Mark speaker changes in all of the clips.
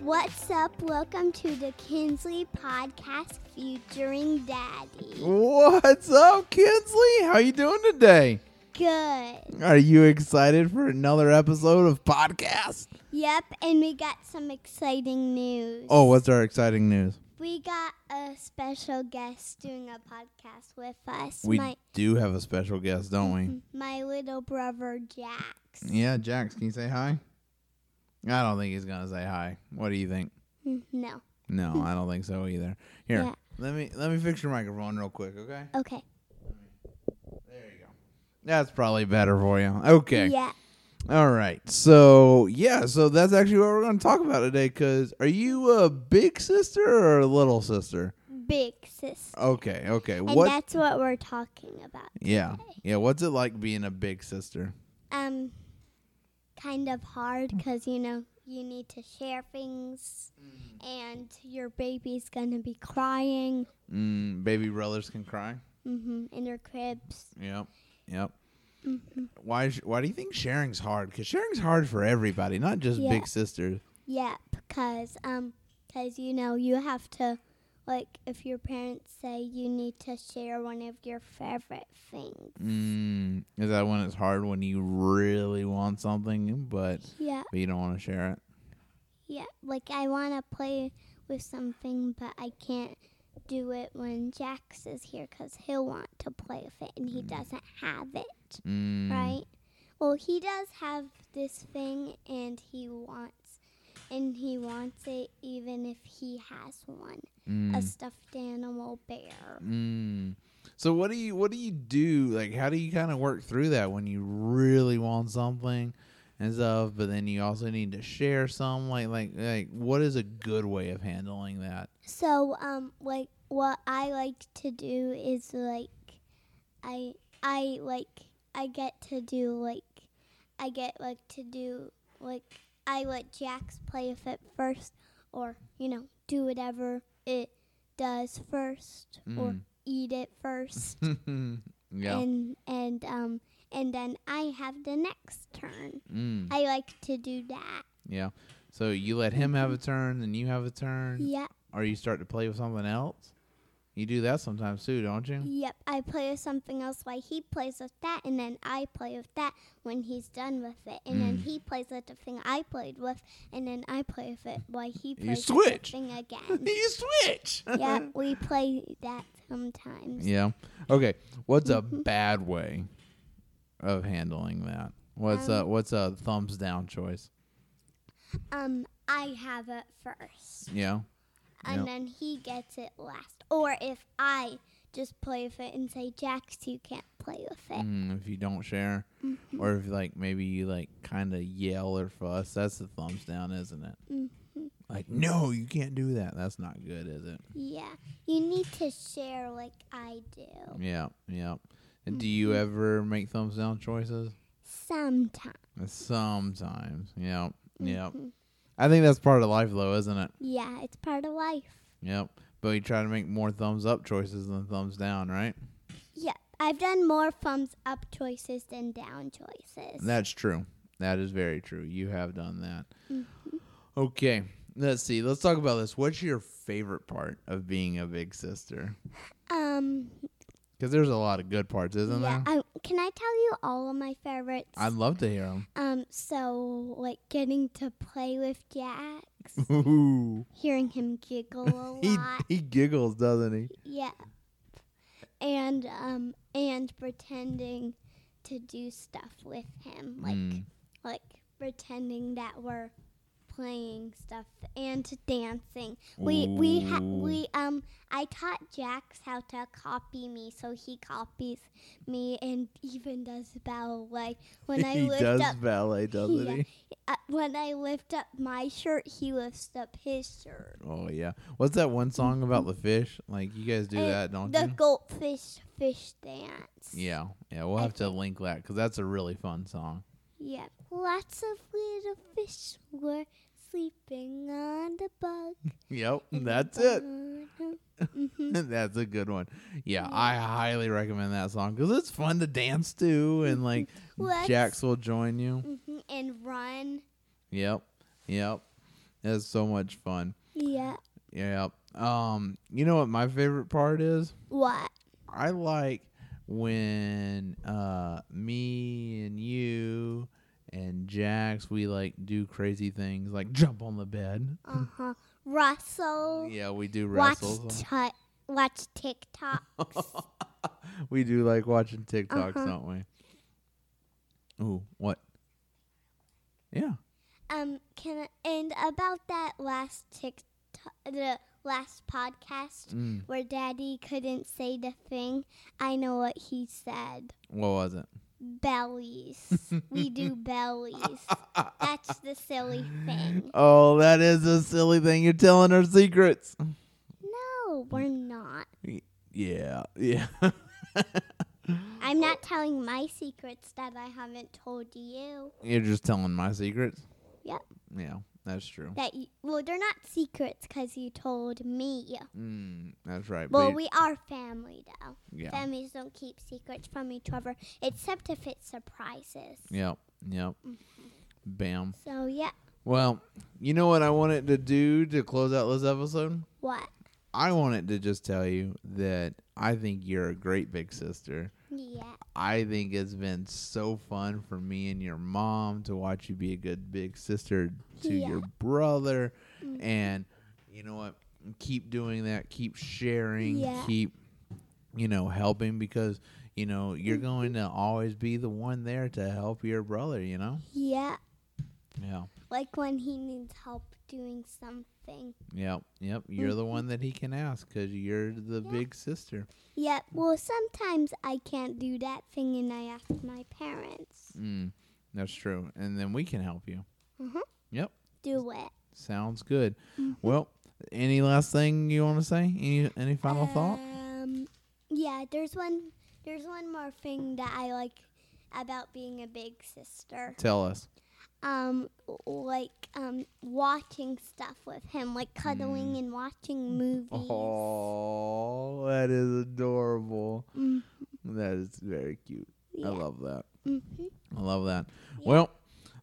Speaker 1: What's up? Welcome to the Kinsley Podcast featuring Daddy.
Speaker 2: What's up, Kinsley? How you doing today?
Speaker 1: Good.
Speaker 2: Are you excited for another episode of podcast?
Speaker 1: Yep, and we got some exciting news.
Speaker 2: Oh, what's our exciting news?
Speaker 1: We got a special guest doing a podcast with us.
Speaker 2: We
Speaker 1: my
Speaker 2: do have a special guest, don't we?
Speaker 1: my little brother Jax.
Speaker 2: Yeah, Jax, can you say hi? I don't think he's gonna say hi. What do you think?
Speaker 1: Mm, No.
Speaker 2: No, I don't think so either. Here,
Speaker 1: Yeah.
Speaker 2: let me let me fix your microphone real quick, okay?
Speaker 1: Okay.
Speaker 2: There you go. That's probably better for you. Okay.
Speaker 1: Yeah.
Speaker 2: All right. So yeah, so that's actually what we're going to talk about today. Because are you a big sister or a little sister?
Speaker 1: Big sister.
Speaker 2: Okay. Okay.
Speaker 1: And
Speaker 2: Uh, what?
Speaker 1: that's what we're talking about.
Speaker 2: yeah. Yeah. What's it like being a big sister?
Speaker 1: Um kind of hard cuz you know, you need to share things and your baby's going to be crying.
Speaker 2: Mm, baby brothers can cry.
Speaker 1: Mm-hmm. In their cribs.
Speaker 2: Yep. Yep. Why? Is, why do you think sharing's hard? Because sharing's hard for everybody, not just
Speaker 1: Yeah.
Speaker 2: big sisters.
Speaker 1: Yep, because um, 'cause, you know you have to, like, if your parents say you need to share one of your favorite things.
Speaker 2: Mm, is that when it's hard when you really want something, but
Speaker 1: Yeah,
Speaker 2: but you don't want to share it?
Speaker 1: yeah. Like I want to play with something, but I can't do it when Jax is here because he'll want to play with it and he doesn't have it,
Speaker 2: Mm,
Speaker 1: right? Well, he does have this thing and he wants. And he wants it even if he has one,
Speaker 2: mm.
Speaker 1: a stuffed animal bear.
Speaker 2: Mm. So what do you what do you do? Like how do you kind of work through that when you really want something and stuff, but then you also need to share some like like like what is a good way of handling that?
Speaker 1: So, um, like what I like to do is like I I like I get to do like I get like to do like I let Jax play with it first, or you know do whatever it does first, or
Speaker 2: Mm.
Speaker 1: eat it first,
Speaker 2: yeah.
Speaker 1: and and um and then I have the next turn.
Speaker 2: Mm.
Speaker 1: I like to do that.
Speaker 2: Yeah. So you let him have a
Speaker 1: Mm-hmm.
Speaker 2: turn, then you have a turn,
Speaker 1: Yep,
Speaker 2: or you start to play with something else. You do that sometimes too, don't you?
Speaker 1: Yep, I play with something else while he plays with that, and then I play with that when he's done with it, and then
Speaker 2: Mm.
Speaker 1: he plays with the thing I played with, and then I play with it while he plays with the
Speaker 2: switch.
Speaker 1: thing again.
Speaker 2: you switch.
Speaker 1: yeah, we play that sometimes.
Speaker 2: Yeah. Okay. What's a bad way of handling that? What's a
Speaker 1: Um,
Speaker 2: what's a thumbs down choice?
Speaker 1: Um, I have it first,
Speaker 2: Yeah.
Speaker 1: and
Speaker 2: Yep.
Speaker 1: then he gets it last. Or if I just play with it and say, "Jax, you can't play with it."
Speaker 2: Mm, if you don't share, or if like maybe you like kind of yell or fuss, that's the thumbs down, isn't it? Like, no, you can't do that. That's not good, is it?
Speaker 1: Yeah, you need to share like I do
Speaker 2: Yeah. Yeah. And Do you ever make thumbs down choices?
Speaker 1: sometimes.
Speaker 2: Sometimes. Yeah. Yeah. I think that's part of life, though, isn't it?
Speaker 1: Yeah, it's part of life.
Speaker 2: Yep. But you try to make more thumbs up choices than thumbs down, right?
Speaker 1: Yeah, I've done more thumbs up choices than down choices.
Speaker 2: That's true. That is very true. You have done that.
Speaker 1: Mm-hmm.
Speaker 2: Okay. Let's see. Let's talk about this. What's your favorite part of being a big sister?
Speaker 1: um,
Speaker 2: Because there's a lot of good parts, isn't
Speaker 1: yeah.
Speaker 2: there?
Speaker 1: I, can I tell you all of my favorites?
Speaker 2: I'd love to hear them.
Speaker 1: um, so like getting to play with Jax,
Speaker 2: Ooh.
Speaker 1: hearing him giggle a
Speaker 2: He,
Speaker 1: lot.
Speaker 2: he giggles, doesn't he?
Speaker 1: yeah, and um, and pretending to do stuff with him, like
Speaker 2: Mm.
Speaker 1: like pretending that we're playing stuff and dancing. We we ha-
Speaker 2: Ooh.
Speaker 1: we um I taught Jax how to copy me, so he copies me and even does ballet. When I
Speaker 2: he
Speaker 1: lift
Speaker 2: does
Speaker 1: up
Speaker 2: ballet, doesn't
Speaker 1: Yeah.
Speaker 2: he?
Speaker 1: uh, when I lift up my shirt, he lifts up his shirt.
Speaker 2: Oh, yeah. What's that one song about the fish? Like, you guys do
Speaker 1: And
Speaker 2: that, don't
Speaker 1: Mm-hmm. Uh, the
Speaker 2: you?
Speaker 1: goldfish fish dance.
Speaker 2: Yeah. Yeah. We'll have to link that because that's a really fun song.
Speaker 1: Yeah. Lots of little fish were sleeping on the bug.
Speaker 2: Yep. That's it.
Speaker 1: Mhm.
Speaker 2: That's a good one. Yeah, I highly recommend that song because it's fun to dance to, and like
Speaker 1: Let's- Mm-hmm,
Speaker 2: Jax will join you.
Speaker 1: hmm and run.
Speaker 2: Yep, yep. It's so much fun.
Speaker 1: Yeah.
Speaker 2: Yeah. Um, you know what my favorite part is?
Speaker 1: What?
Speaker 2: I like when uh me and you and Jax we like do crazy things like jump on the bed.
Speaker 1: Uh huh. Russell.
Speaker 2: Yeah, we do
Speaker 1: Oh, watch
Speaker 2: wrestle.
Speaker 1: ti- watch TikTok.
Speaker 2: we do like watching TikToks,
Speaker 1: Uh-huh.
Speaker 2: don't we? Ooh, what? Yeah.
Speaker 1: Um, can I, and about that last TikTok, the last podcast
Speaker 2: Mm.
Speaker 1: where Daddy couldn't say the thing. I know what he said.
Speaker 2: What was it?
Speaker 1: Bellies. we do bellies. That's the silly thing.
Speaker 2: Oh, that is a silly thing. You're telling her secrets.
Speaker 1: No, we're not.
Speaker 2: Yeah. Yeah.
Speaker 1: I'm not telling my secrets that I haven't told you.
Speaker 2: You're just telling my secrets?
Speaker 1: Yep.
Speaker 2: Yeah, that's true.
Speaker 1: That you, well, they're not secrets because you told me.
Speaker 2: Mm, that's right.
Speaker 1: Well,
Speaker 2: but
Speaker 1: we are family though.
Speaker 2: yeah.
Speaker 1: Families don't keep secrets from each other, except if it's surprises.
Speaker 2: Yep. Yep.
Speaker 1: Mm-hmm.
Speaker 2: Bam.
Speaker 1: So yeah,
Speaker 2: Well, you know what I wanted to do to close out this episode?
Speaker 1: what?
Speaker 2: I wanted to just tell you that I think you're a great big sister.
Speaker 1: Yeah,
Speaker 2: I think it's been so fun for me and your mom to watch you be a good big sister
Speaker 1: Yeah.
Speaker 2: to
Speaker 1: Mm-hmm.
Speaker 2: your brother. And you know what? Keep doing that. Keep sharing.
Speaker 1: Yeah.
Speaker 2: Keep, you know, helping because, you know, you're
Speaker 1: Mm-hmm.
Speaker 2: going to always be the one there to help your brother, you know?
Speaker 1: yeah.
Speaker 2: Yeah.
Speaker 1: Like when he needs help doing something.
Speaker 2: Yep. Yep. You're the one that he can ask because you're the
Speaker 1: Mm-hmm. Yeah.
Speaker 2: big sister.
Speaker 1: Yeah. Well, sometimes I can't do that thing, and I ask my parents.
Speaker 2: Mm, that's true. And then we can help you.
Speaker 1: Mhm.
Speaker 2: Yep.
Speaker 1: Do it.
Speaker 2: Sounds good.
Speaker 1: Mm-hmm.
Speaker 2: Well, any last thing you want to say? Any any final thought?
Speaker 1: Um. Yeah. There's one. There's one more thing that I like about being a big sister.
Speaker 2: Tell us.
Speaker 1: um like um watching stuff with him like
Speaker 2: Mm.
Speaker 1: cuddling and watching movies
Speaker 2: Oh, that is adorable.
Speaker 1: Mm,
Speaker 2: That is very cute.
Speaker 1: yeah.
Speaker 2: I love that.
Speaker 1: Mhm.
Speaker 2: I love that.
Speaker 1: Yeah.
Speaker 2: Well,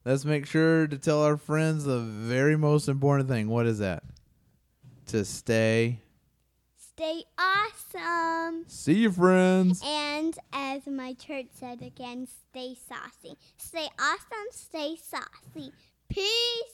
Speaker 2: let's make sure to tell our friends the very most important thing. What is that? To stay.
Speaker 1: stay awesome
Speaker 2: See you, friends.
Speaker 1: and as my church said again stay saucy stay awesome stay saucy peace